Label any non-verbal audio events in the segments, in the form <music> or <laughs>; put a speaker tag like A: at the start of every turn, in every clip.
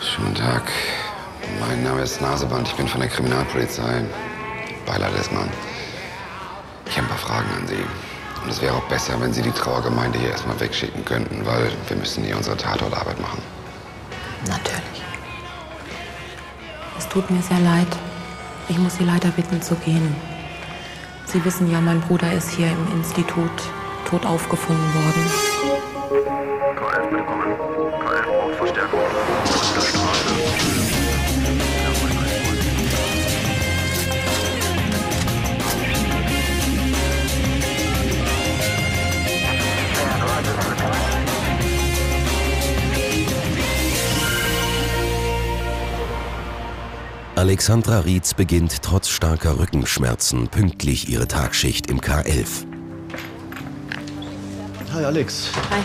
A: Schönen Tag. Mein Name ist Naseband. Ich bin von der Kriminalpolizei. Beileid Lessmann. Ich habe ein paar Fragen an Sie. Und es wäre auch besser, wenn Sie die Trauergemeinde hier erstmal wegschicken könnten, weil wir müssen hier unsere Tatortarbeit machen.
B: Natürlich. Es tut mir sehr leid. Ich muss Sie leider bitten zu gehen. Sie wissen ja, mein Bruder ist hier im Institut tot aufgefunden worden.
C: KF willkommen. KF braucht Verstärkung. Straße.
D: Alexandra Rietz beginnt trotz starker Rückenschmerzen pünktlich ihre Tagschicht im K11.
E: Hi Alex,
B: Hi.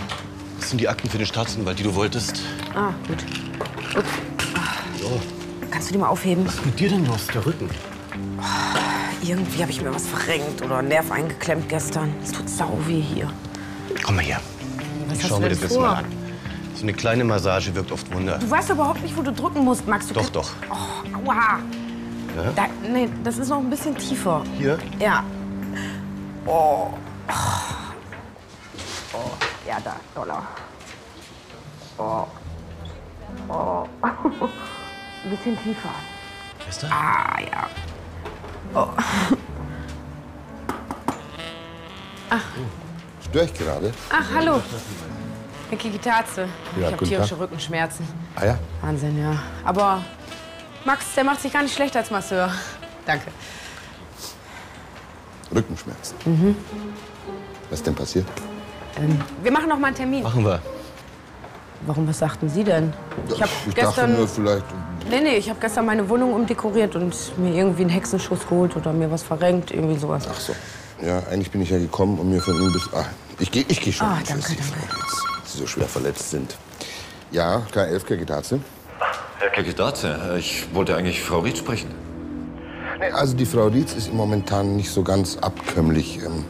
E: das sind die Akten für den Staatsanwalt, die du wolltest.
F: Ah, gut. Ups. Kannst du die mal aufheben?
E: Mit dir denn los, der Rücken?
F: Irgendwie habe ich mir was verrenkt oder einen Nerv eingeklemmt gestern. Es tut sau weh hier.
E: Komm mal her. ich
F: hast
E: schau
F: du
E: mir
F: denn
E: das jetzt
F: vor?
E: mal an. So eine kleine Massage wirkt oft Wunder.
F: Du weißt überhaupt nicht, wo du drücken musst, Max. Du
E: Doch,
F: kannst-
E: doch.
F: Oh, aua. Da, nee, das ist noch ein bisschen tiefer.
E: Hier?
F: Ja. Oh. Oh. Ja, da, Dollar. Oh. Oh. <laughs> ein bisschen tiefer.
E: Ist das?
F: Ah, ja. Oh. <laughs>
G: Oh. Störe ich gerade?
F: Ach, hallo. Vicky Gitaze.
G: Ja,
F: ich habe
G: guten
F: tierische
G: Tag.
F: Rückenschmerzen.
G: Ah ja?
F: Wahnsinn, ja. Aber Max, der macht sich gar nicht schlecht als Masseur. Danke.
G: Rückenschmerzen. Was ist denn passiert?
F: Wir machen noch mal einen Termin.
E: Machen wir.
F: Warum, was sagten Sie denn? Ich habe gestern...
G: dachte nur vielleicht.
F: Nee, nee, ich habe gestern meine Wohnung umdekoriert und mir irgendwie einen Hexenschuss geholt oder mir was verrenkt, irgendwie sowas.
G: Ach so. Ja, eigentlich bin ich ja gekommen, um mir von Ihnen bis. Ah, ich gehe ich geh schon.
F: Ah,
G: Ich
F: danke,
G: weiß nicht,
F: danke.
G: dass Sie so schwer verletzt sind. Ja, K11 Kirkidaze.
H: Herr Kekidaze, ich wollte eigentlich Frau Ried sprechen.
G: Also die Frau Dietz ist momentan nicht so ganz abkömmlich. Ähm,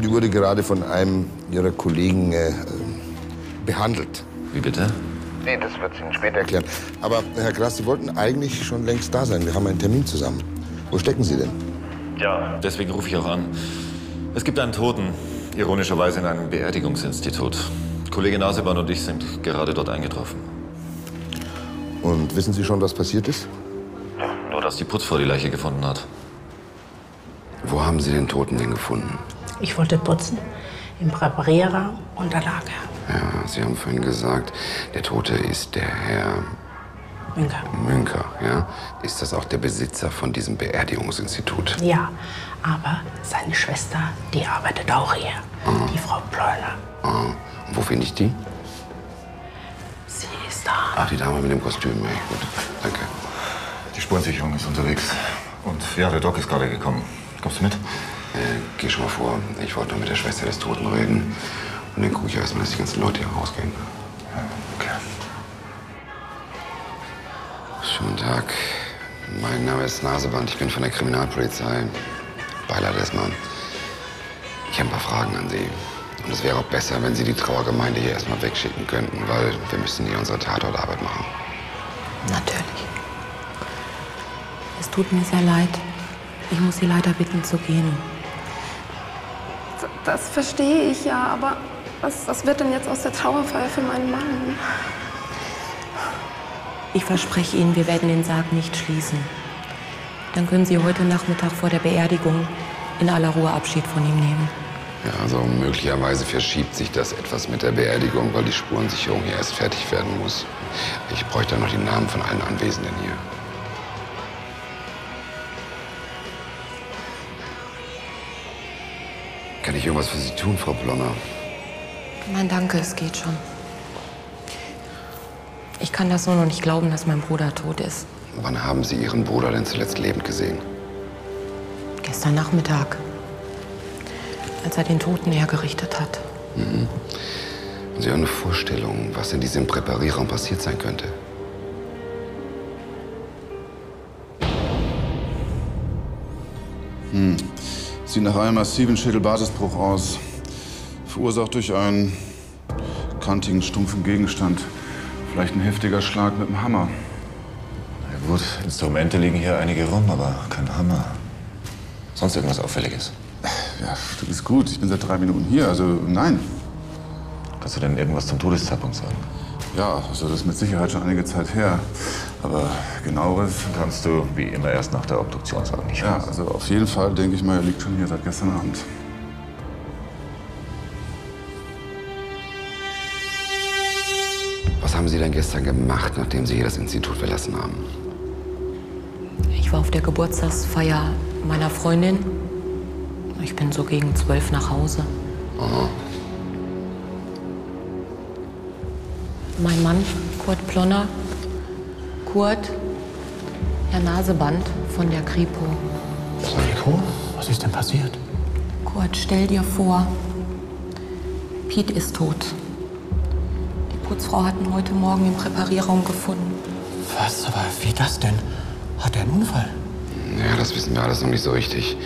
G: Die wurde gerade von einem ihrer Kollegen äh, ähm, behandelt.
H: Wie bitte?
G: Nee, das wird sie Ihnen später erklären. Aber Herr Gras, Sie wollten eigentlich schon längst da sein. Wir haben einen Termin zusammen. Wo stecken Sie denn?
H: Ja. Deswegen rufe ich auch an. Es gibt einen Toten, ironischerweise in einem Beerdigungsinstitut. Kollege Naseban und ich sind gerade dort eingetroffen.
G: Und wissen Sie schon, was passiert ist?
H: Nur, dass die Putzfrau die Leiche gefunden hat.
A: Wo haben Sie den Toten denn gefunden?
I: Ich wollte putzen im Präparierer und da lag er.
A: Ja, Sie haben vorhin gesagt, der Tote ist der Herr
I: Münker.
A: Münker, ja? Ist das auch der Besitzer von diesem Beerdigungsinstitut?
I: Ja, aber seine Schwester, die arbeitet auch hier. Die Frau Bräuner.
A: Ah, und wo finde ich die?
I: Sie ist da.
A: Ach, die Dame mit dem Kostüm. Ja, gut, danke.
H: Die Spurensicherung ist unterwegs. Und ja, der Doc ist gerade gekommen. Kommst du mit?
A: Äh, geh schon mal vor. Ich wollte nur mit der Schwester des Toten reden. Und dann gucke ich erst mal, dass die ganzen Leute hier rausgehen.
H: Okay.
A: Schönen Tag. Mein Name ist Naseband. Ich bin von der Kriminalpolizei. Beileid Lessmann. Ich habe ein paar Fragen an Sie. Und es wäre auch besser, wenn Sie die Trauergemeinde hier erstmal wegschicken könnten, weil wir müssen hier unsere Tatortarbeit machen.
B: Natürlich. Es tut mir sehr leid. Ich muss Sie leider bitten zu gehen.
J: Das verstehe ich ja, aber was, was wird denn jetzt aus der Trauerfeier für meinen Mann?
B: Ich verspreche Ihnen, wir werden den Sarg nicht schließen. Dann können Sie heute Nachmittag vor der Beerdigung in aller Ruhe Abschied von ihm nehmen.
A: Ja, also möglicherweise verschiebt sich das etwas mit der Beerdigung, weil die Spurensicherung hier erst fertig werden muss. Ich bräuchte noch die Namen von allen Anwesenden hier. Kann ich irgendwas für Sie tun, Frau Blonner?
B: Nein, danke, es geht schon. Ich kann das nur noch nicht glauben, dass mein Bruder tot ist.
A: Wann haben Sie Ihren Bruder denn zuletzt lebend gesehen?
B: Gestern Nachmittag, als er den Toten hergerichtet hat.
A: Haben Sie eine Vorstellung, was in diesem Präparierraum passiert sein könnte?
K: Sieht nach einem massiven Schädelbasisbruch aus. Verursacht durch einen kantigen, stumpfen Gegenstand. Vielleicht ein heftiger Schlag mit dem Hammer.
H: Na gut, Instrumente liegen hier einige rum, aber kein Hammer. Sonst irgendwas Auffälliges?
K: Ja, du bist gut. Ich bin seit drei Minuten hier, also nein.
H: Kannst du denn irgendwas zum Todeszeitpunkt sagen?
K: Ja, also das ist mit Sicherheit schon einige Zeit her. Aber genaueres
H: kannst du wie immer erst nach der Obduktion sagen. Ich
K: ja, also auf jeden Fall denke ich mal, er liegt schon hier seit gestern Abend.
A: Was haben Sie denn gestern gemacht, nachdem Sie hier das Institut verlassen haben?
B: Ich war auf der Geburtstagsfeier meiner Freundin. Ich bin so gegen zwölf nach Hause. Mein Mann, Kurt Plonner. Kurt, Herr Naseband von der Kripo.
E: Nico, was ist denn passiert?
B: Kurt, stell dir vor, Piet ist tot. Die Putzfrau hat ihn heute Morgen im Präparierraum gefunden.
E: Was, aber wie das denn? Hat er einen Unfall?
A: Ja, das wissen wir alles noch nicht so richtig.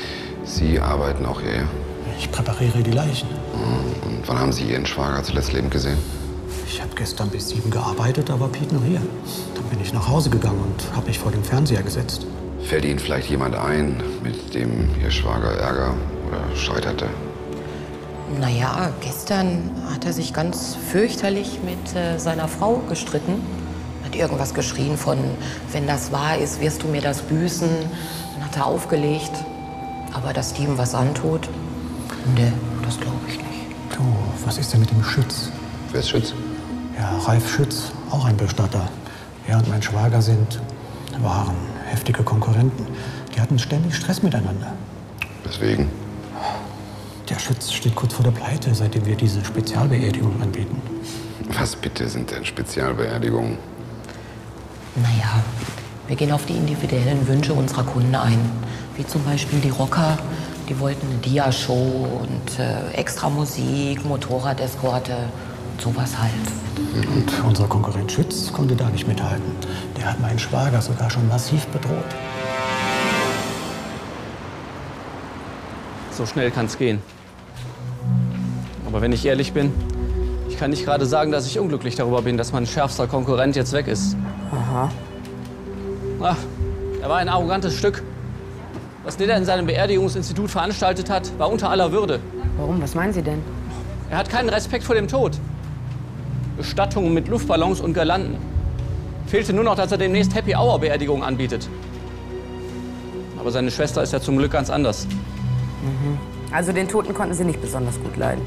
A: Sie arbeiten auch hierher.
E: Ich präpariere die Leichen.
A: Und wann haben Sie Ihren Schwager zuletzt lebend gesehen?
E: Ich habe gestern bis sieben gearbeitet, aber Pete nur hier. Dann bin ich nach Hause gegangen und habe mich vor dem Fernseher gesetzt.
A: Fällt Ihnen vielleicht jemand ein, mit dem Ihr Schwager Ärger oder Streit hatte?
B: Naja, gestern hat er sich ganz fürchterlich mit äh, seiner Frau gestritten. Hat irgendwas geschrien von, wenn das wahr ist, wirst du mir das büßen. Dann hat er aufgelegt. Aber dass die ihm was antut, nee, das glaube ich nicht.
E: Du, was ist denn mit dem Schütz?
A: Wer ist Schütz?
E: Ja, Ralf Schütz, auch ein Bestatter. Er und mein Schwager sind, waren heftige Konkurrenten. Die hatten ständig Stress miteinander.
A: Deswegen?
E: Der Schütz steht kurz vor der Pleite, seitdem wir diese Spezialbeerdigung anbieten.
A: Was bitte sind denn Spezialbeerdigungen?
B: Naja, wir gehen auf die individuellen Wünsche unserer Kunden ein. Wie zum Beispiel die Rocker, die wollten eine Dia-Show und äh, extra Musik, Motorradeskorte, sowas halt.
E: Und unser Konkurrent Schütz konnte da nicht mithalten. Der hat meinen Schwager sogar schon massiv bedroht.
L: So schnell kann's gehen. Aber wenn ich ehrlich bin, ich kann nicht gerade sagen, dass ich unglücklich darüber bin, dass mein schärfster Konkurrent jetzt weg ist.
F: Aha.
L: Ach, er war ein arrogantes Stück. Was Nidder in seinem Beerdigungsinstitut veranstaltet hat, war unter aller Würde.
F: Warum? Was meinen Sie denn?
L: Er hat keinen Respekt vor dem Tod. Bestattungen mit Luftballons und Girlanden. Fehlte nur noch, dass er demnächst Happy Hour Beerdigungen anbietet. Aber seine Schwester ist ja zum Glück ganz anders.
F: Also den Toten konnten Sie nicht besonders gut leiden.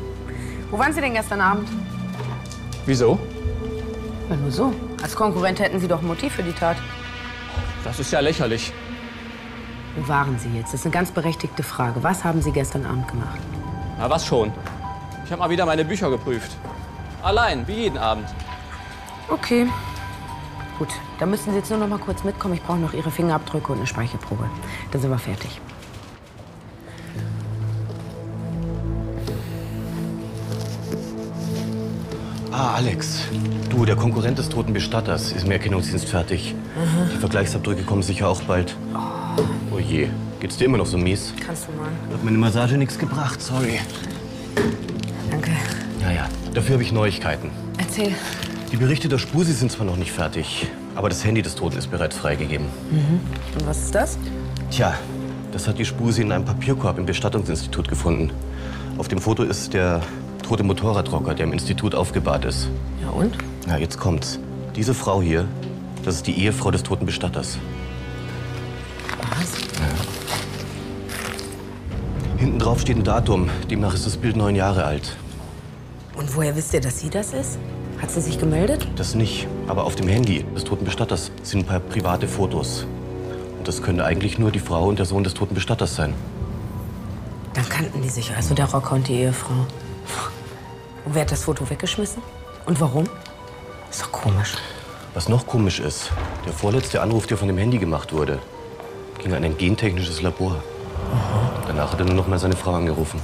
F: Wo waren Sie denn gestern Abend?
L: Wieso?
F: Na nur so. Als Konkurrent hätten Sie doch ein Motiv für die Tat.
L: Das ist ja lächerlich.
F: Wo waren Sie jetzt? Das ist eine ganz berechtigte Frage. Was haben Sie gestern Abend gemacht?
L: Na was schon. Ich habe mal wieder meine Bücher geprüft. Allein, wie jeden Abend.
F: Okay. Gut, dann müssen Sie jetzt nur noch mal kurz mitkommen. Ich brauche noch Ihre Fingerabdrücke und eine Speichelprobe. Dann sind wir fertig.
E: Ah, Alex. Du, der Konkurrent des toten Bestatters ist im Erkennungsdienst fertig. Die Vergleichsabdrücke kommen sicher auch bald. Oh je, geht's dir immer noch so mies?
F: Kannst du mal.
E: Hat meine Massage nichts gebracht, sorry.
F: Danke.
E: Ja, ja, dafür habe ich Neuigkeiten.
F: Erzähl.
E: Die Berichte der Spusi sind zwar noch nicht fertig, aber das Handy des Toten ist bereits freigegeben.
F: Mhm. Und was ist das?
E: Tja, das hat die Spusi in einem Papierkorb im Bestattungsinstitut gefunden. Auf dem Foto ist der tote Motorradrocker, der im Institut aufgebahrt ist.
F: Ja und?
E: Na, jetzt kommt's. Diese Frau hier, das ist die Ehefrau des toten Bestatters.
F: Was?
E: Hinten drauf steht ein Datum, demnach ist das Bild neun Jahre alt.
F: Und woher wisst ihr, dass sie das ist? Hat sie sich gemeldet?
E: Das nicht, aber auf dem Handy des toten Bestatters sind ein paar private Fotos. Und das können eigentlich nur die Frau und der Sohn des toten Bestatters sein.
F: Dann kannten die sich also, der Rocker und die Ehefrau. Und wer hat das Foto weggeschmissen? Und warum? Ist doch komisch.
E: Was noch komisch ist, der vorletzte Anruf, der von dem Handy gemacht wurde, ging an ein gentechnisches Labor. Danach hat er nur noch mal seine Frau angerufen.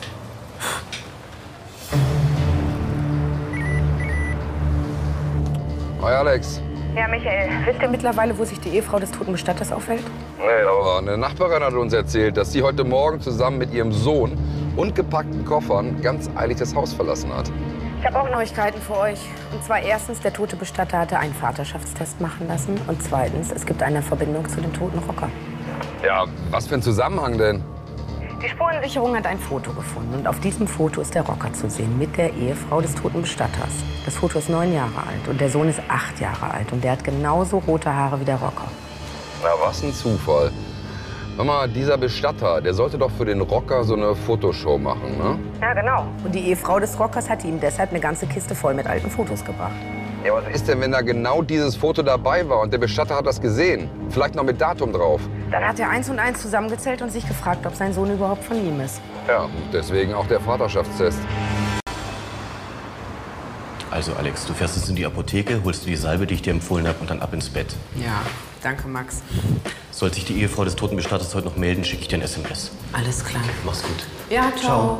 A: Hi Alex.
F: Ja, Michael, wisst ihr mittlerweile, wo sich die Ehefrau des toten Bestatters aufhält?
A: Nee, aber eine Nachbarin hat uns erzählt, dass sie heute Morgen zusammen mit ihrem Sohn und gepackten Koffern ganz eilig das Haus verlassen hat.
F: Ich habe auch Neuigkeiten für euch. Und zwar erstens, der tote Bestatter hatte einen Vaterschaftstest machen lassen. Und zweitens, es gibt eine Verbindung zu dem toten Rocker.
A: Ja, was für ein Zusammenhang denn?
F: Die Spurensicherung hat ein Foto gefunden und auf diesem Foto ist der Rocker zu sehen mit der Ehefrau des toten Bestatters. Das Foto ist neun Jahre alt und der Sohn ist acht Jahre alt und der hat genauso rote Haare wie der Rocker.
A: Na, was ein Zufall. Sag mal, dieser Bestatter, der sollte doch für den Rocker so eine Fotoshow machen, ne?
F: Ja, genau. Und die Ehefrau des Rockers hatte ihm deshalb eine ganze Kiste voll mit alten Fotos gebracht.
A: Ja, was ist denn, wenn da genau dieses Foto dabei war und der Bestatter hat das gesehen? Vielleicht noch mit Datum drauf.
F: Dann hat er eins und eins zusammengezählt und sich gefragt, ob sein Sohn überhaupt von ihm ist.
A: Ja, deswegen auch der Vaterschaftstest.
E: Also Alex, du fährst jetzt in die Apotheke, holst du die Salbe, die ich dir empfohlen habe, und dann ab ins Bett.
F: Ja, danke, Max.
E: Sollte sich die Ehefrau des toten Bestatters heute noch melden, schicke ich dir ein SMS.
F: Alles klar.
E: Mach's gut.
F: Ja,
E: Ciao.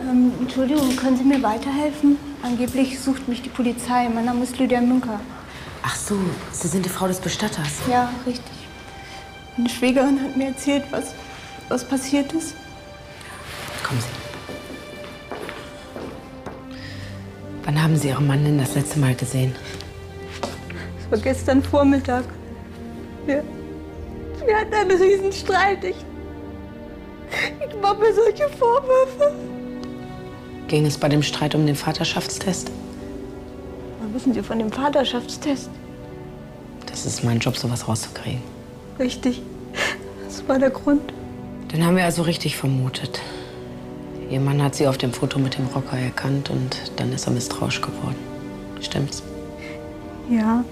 M: Ähm, Entschuldigung, können Sie mir weiterhelfen? Angeblich sucht mich die Polizei. Mein Name ist Lydia Münker.
F: Ach so, Sie sind die Frau des Bestatters.
M: Ja, richtig. Meine Schwägerin hat mir erzählt, was, was passiert ist.
F: Kommen Sie. Wann haben Sie Ihren Mann denn das letzte Mal gesehen?
M: Es war gestern Vormittag. Wir, wir hatten einen Riesenstreit. Ich, ich mache mir solche Vorwürfe.
F: Ging es bei dem Streit um den Vaterschaftstest?
M: Was wissen Sie von dem Vaterschaftstest?
F: Das ist mein Job, sowas rauszukriegen.
M: Richtig. Das war der Grund.
F: Dann haben wir also richtig vermutet. Ihr Mann hat sie auf dem Foto mit dem Rocker erkannt und dann ist er misstrauisch geworden. Stimmt's?
M: Ja.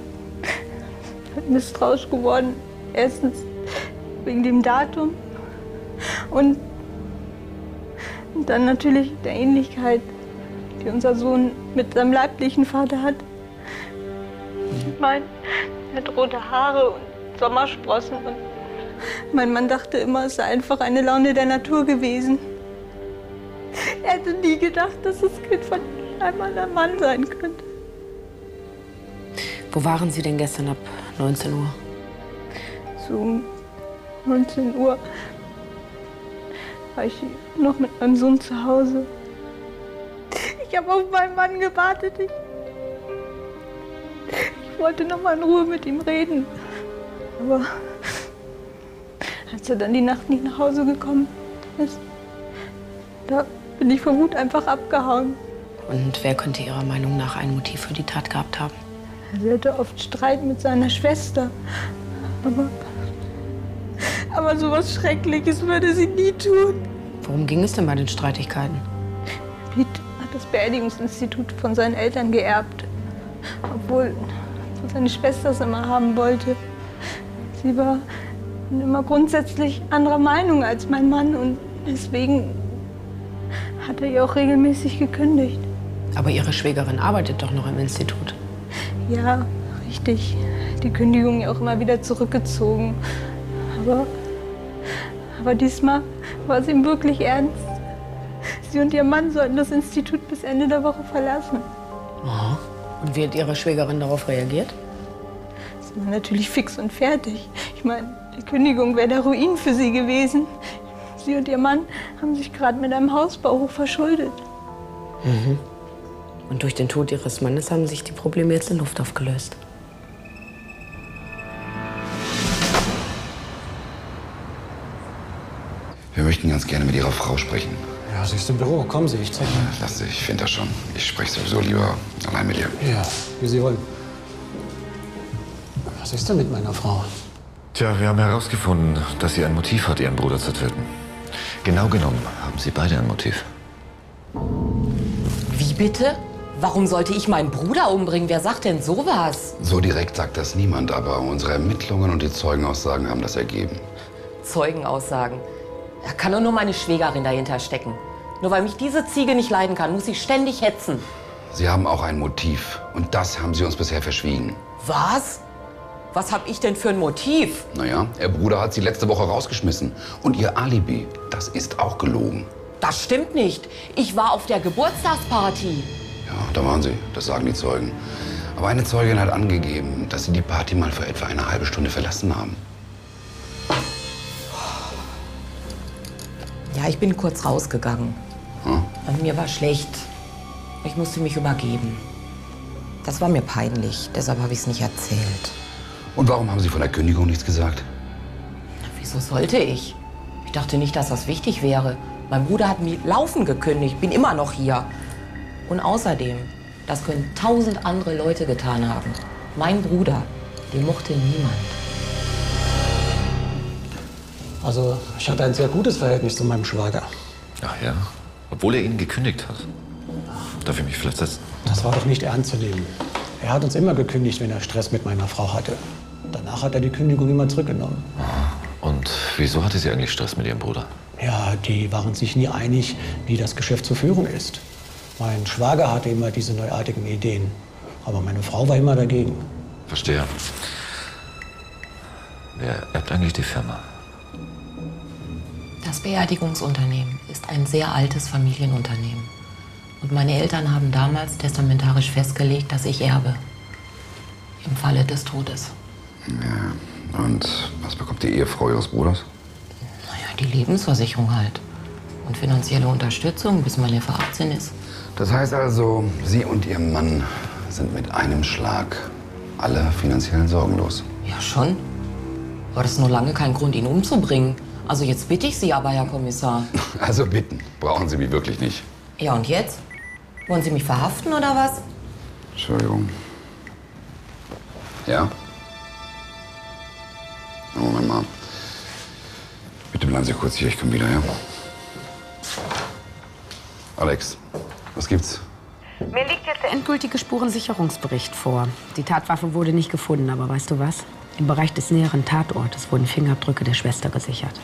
M: Ich bin <laughs> misstrauisch geworden. Erstens wegen dem Datum und und dann natürlich der Ähnlichkeit, die unser Sohn mit seinem leiblichen Vater hat. Ich meine, er hat rote Haare und Sommersprossen und mein Mann dachte immer, es sei einfach eine Laune der Natur gewesen. Er hätte nie gedacht, dass das Kind von einem anderen Mann sein könnte.
F: Wo waren Sie denn gestern ab 19 Uhr?
M: So um 19 Uhr war ich noch mit meinem Sohn zu Hause. Ich habe auf meinen Mann gewartet. Ich, ich wollte noch mal in Ruhe mit ihm reden. Aber als er dann die Nacht nicht nach Hause gekommen ist, da bin ich vor Wut einfach abgehauen.
F: Und wer könnte Ihrer Meinung nach ein Motiv für die Tat gehabt haben?
M: Also Er hatte oft Streit mit seiner Schwester. Aber, aber so was Schreckliches würde sie nie tun.
F: Worum ging es denn bei den Streitigkeiten?
M: Pete hat das Beerdigungsinstitut von seinen Eltern geerbt. Obwohl seine Schwester es immer haben wollte. Sie war immer grundsätzlich anderer Meinung als mein Mann und deswegen hat er ihr auch regelmäßig gekündigt.
F: Aber Ihre Schwägerin arbeitet doch noch im Institut.
M: Ja, richtig. Die Kündigung ja auch immer wieder zurückgezogen. Aber, aber diesmal war es ihm wirklich ernst. Sie und ihr Mann sollten das Institut bis Ende der Woche verlassen.
F: Aha. Und wie hat Ihre Schwägerin darauf reagiert?
M: Sie war natürlich fix und fertig. Ich meine, die Kündigung wäre der Ruin für sie gewesen. Sie und ihr Mann haben sich gerade mit einem Hausbau hoch verschuldet.
F: Mhm. Und durch den Tod Ihres Mannes haben sich die Probleme jetzt in Luft aufgelöst.
A: Wir möchten ganz gerne mit Ihrer Frau sprechen.
N: Ja, sie ist im Büro. Kommen Sie, ich zeig Ihnen.
A: Lass dich, ich finde das schon. Ich spreche sowieso lieber allein mit ihr.
N: Ja, wie Sie wollen. Was ist denn mit meiner Frau?
H: Tja, wir haben herausgefunden, dass sie ein Motiv hat, ihren Bruder zu töten. Genau genommen haben sie beide ein Motiv.
B: Wie bitte? Warum sollte ich meinen Bruder umbringen? Wer sagt denn sowas?
A: So direkt sagt das niemand, aber unsere Ermittlungen und die Zeugenaussagen haben das ergeben.
B: Zeugenaussagen. Da kann doch nur meine Schwägerin dahinter stecken. Nur weil mich diese Ziege nicht leiden kann, muss ich ständig hetzen.
A: Sie haben auch ein Motiv und das haben Sie uns bisher verschwiegen.
B: Was? Was hab ich denn für ein Motiv?
A: Naja, Ihr Bruder hat Sie letzte Woche rausgeschmissen und Ihr Alibi, das ist auch gelogen.
B: Das stimmt nicht. Ich war auf der Geburtstagsparty.
A: Ja, da waren Sie, das sagen die Zeugen. Aber eine Zeugin hat angegeben, dass Sie die Party mal für etwa eine halbe Stunde verlassen haben.
B: Ja, ich bin kurz rausgegangen.
A: Hm?
B: Und mir war schlecht. Ich musste mich übergeben. Das war mir peinlich, deshalb habe ich es nicht erzählt.
A: Und warum haben Sie von der Kündigung nichts gesagt?
B: Wieso sollte ich? Ich dachte nicht, dass das wichtig wäre. Mein Bruder hat mir laufen gekündigt, bin immer noch hier. Und außerdem, das können tausend andere Leute getan haben. Mein Bruder, den mochte niemand.
N: Also, ich hatte ein sehr gutes Verhältnis zu meinem Schwager.
H: Ach ja, obwohl er Ihnen gekündigt hat. Darf ich mich vielleicht setzen?
N: Das war doch nicht ernst zu nehmen. Er hat uns immer gekündigt, wenn er Stress mit meiner Frau hatte. Danach hat er die Kündigung immer zurückgenommen.
H: Und wieso hatte sie eigentlich Stress mit ihrem Bruder?
N: Ja, die waren sich nie einig, wie das Geschäft zu führen ist. Mein Schwager hatte immer diese neuartigen Ideen, aber meine Frau war immer dagegen.
H: Verstehe. Wer erbt eigentlich die Firma?
B: Das Beerdigungsunternehmen ist ein sehr altes Familienunternehmen. Und meine Eltern haben damals testamentarisch festgelegt, dass ich erbe. Im Falle des Todes.
A: Ja. Und was bekommt die Ehefrau Ihres Bruders?
B: Naja, die Lebensversicherung halt. Und finanzielle Unterstützung, bis mein Neffe 18 ist.
A: Das heißt also, Sie und Ihr Mann sind mit einem Schlag aller finanziellen Sorgen los.
B: Ja, schon. Aber das ist nur lange kein Grund, ihn umzubringen. Also jetzt bitte ich Sie aber, Herr Kommissar.
A: Also bitten, brauchen Sie mich wirklich nicht.
B: Ja, und jetzt? Wollen Sie mich verhaften oder was?
A: Entschuldigung. Ja? Moment mal. Bitte bleiben Sie kurz hier, ich komme wieder, ja? Alex, was gibt's?
F: Mir liegt jetzt der endgültige Spurensicherungsbericht vor. Die Tatwaffe wurde nicht gefunden, aber weißt du was? Im Bereich des näheren Tatortes wurden Fingerabdrücke der Schwester gesichert.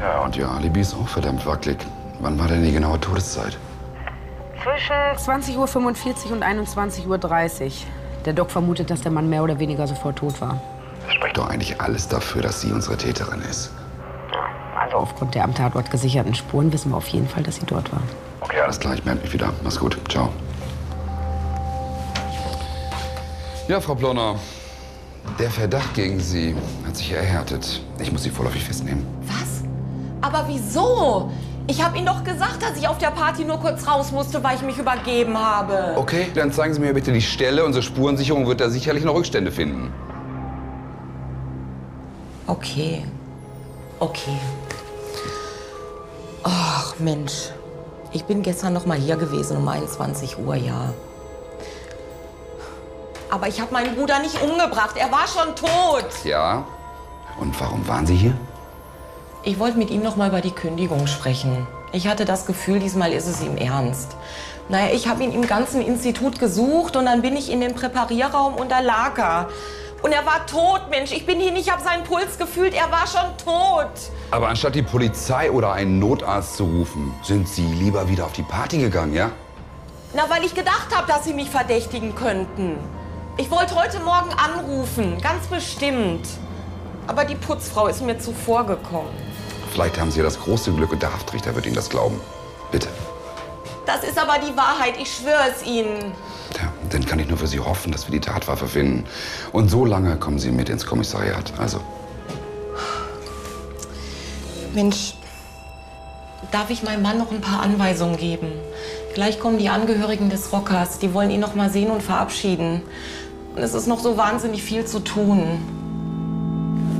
A: Ja, und Ihr Alibi ist auch verdammt wackelig. Wann war denn die genaue Todeszeit?
F: Zwischen 20.45 Uhr und 21.30 Uhr. Der Doc vermutet, dass der Mann mehr oder weniger sofort tot war.
A: Das spricht doch eigentlich alles dafür, dass sie unsere Täterin ist.
F: Also aufgrund der am Tatort gesicherten Spuren wissen wir auf jeden Fall, dass sie dort war.
A: Okay, alles klar, ich melde mich wieder. Mach's gut, ciao. Ja, Frau Plonner, der Verdacht gegen Sie hat sich erhärtet. Ich muss Sie vorläufig festnehmen.
B: Aber wieso? Ich habe Ihnen doch gesagt, dass ich auf der Party nur kurz raus musste, weil ich mich übergeben habe.
A: Okay, dann zeigen Sie mir bitte die Stelle. Unsere Spurensicherung wird da sicherlich noch Rückstände finden.
B: Okay. Okay. Ach Mensch, ich bin gestern noch mal hier gewesen um 21 Uhr, ja. Aber ich habe meinen Bruder nicht umgebracht. Er war schon tot.
A: Ja? Und warum waren Sie hier?
B: Ich wollte mit ihm noch mal über die Kündigung sprechen. Ich hatte das Gefühl, diesmal ist es ihm ernst. Naja, ich habe ihn im ganzen Institut gesucht und dann bin ich in den Präparierraum und da lag er. Und er war tot, Mensch. Ich bin hin, ich habe seinen Puls gefühlt. Er war schon tot.
A: Aber anstatt die Polizei oder einen Notarzt zu rufen, sind Sie lieber wieder auf die Party gegangen, ja?
B: Na, weil ich gedacht habe, dass sie mich verdächtigen könnten. Ich wollte heute Morgen anrufen, ganz bestimmt. Aber die Putzfrau ist mir zuvorgekommen.
A: Vielleicht haben Sie ja das große Glück und der Haftrichter wird Ihnen das glauben. Bitte.
B: Das ist aber die Wahrheit, ich schwöre es Ihnen.
A: Dann kann ich nur für Sie hoffen, dass wir die Tatwaffe finden. Und so lange kommen Sie mit ins Kommissariat. Also,
B: Mensch, darf ich meinem Mann noch ein paar Anweisungen geben? Gleich kommen die Angehörigen des Rockers. Die wollen ihn noch mal sehen und verabschieden. Und es ist noch so wahnsinnig viel zu tun.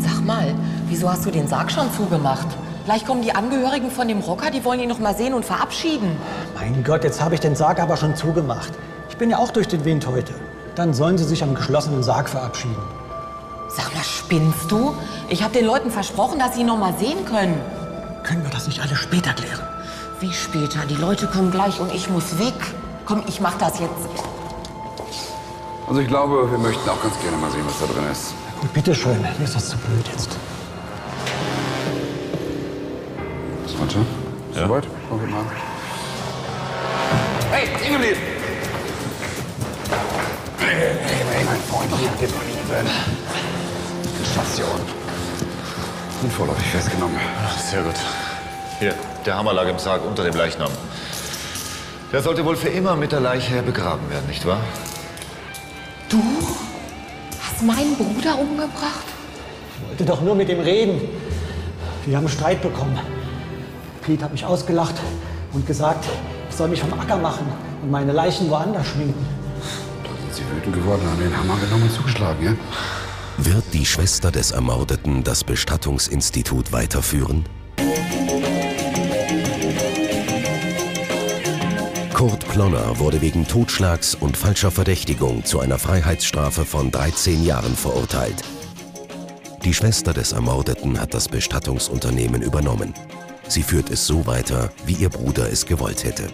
B: Sag mal, wieso hast du den Sarg schon zugemacht? Gleich kommen die Angehörigen von dem Rocker, die wollen ihn noch mal sehen und verabschieden.
N: Mein Gott, jetzt habe ich den Sarg aber schon zugemacht. Ich bin ja auch durch den Wind heute. Dann sollen sie sich am geschlossenen Sarg verabschieden.
B: Sag mal, spinnst du? Ich habe den Leuten versprochen, dass sie ihn noch mal sehen können. Können wir das nicht alle später klären? Wie später? Die Leute kommen gleich und ich muss weg. Komm, ich mach das jetzt.
A: also ich glaube, wir möchten auch ganz gerne mal sehen, was da drin ist.
N: Gut, bitteschön, mir ist das zu blöd jetzt.
A: Ist man schon? Ja. Soweit? Okay, mal. Hey, stehen geblieben! Hey, hey, hey, mein Freund, hier geht doch nicht sein. In Station. Und vorläufig festgenommen.
H: Sehr gut. Hier, der Hammer lag im Sarg unter dem Leichnam. Der sollte wohl für immer mit der Leiche begraben werden, nicht wahr?
B: Du hast meinen Bruder umgebracht?
N: Ich wollte doch nur mit ihm reden. Wir haben Streit bekommen. Pete hat mich ausgelacht und gesagt, ich soll mich vom Acker machen und meine Leichen woanders schminken.
A: Sind Sie wütend geworden, haben den Hammer genommen und zugeschlagen, ja?
D: Wird die Schwester des Ermordeten das Bestattungsinstitut weiterführen? Kurt Plonner wurde wegen Totschlags und falscher Verdächtigung zu einer Freiheitsstrafe von 13 Jahren verurteilt. Die Schwester des Ermordeten hat das Bestattungsunternehmen übernommen. Sie führt es so weiter, wie ihr Bruder es gewollt hätte.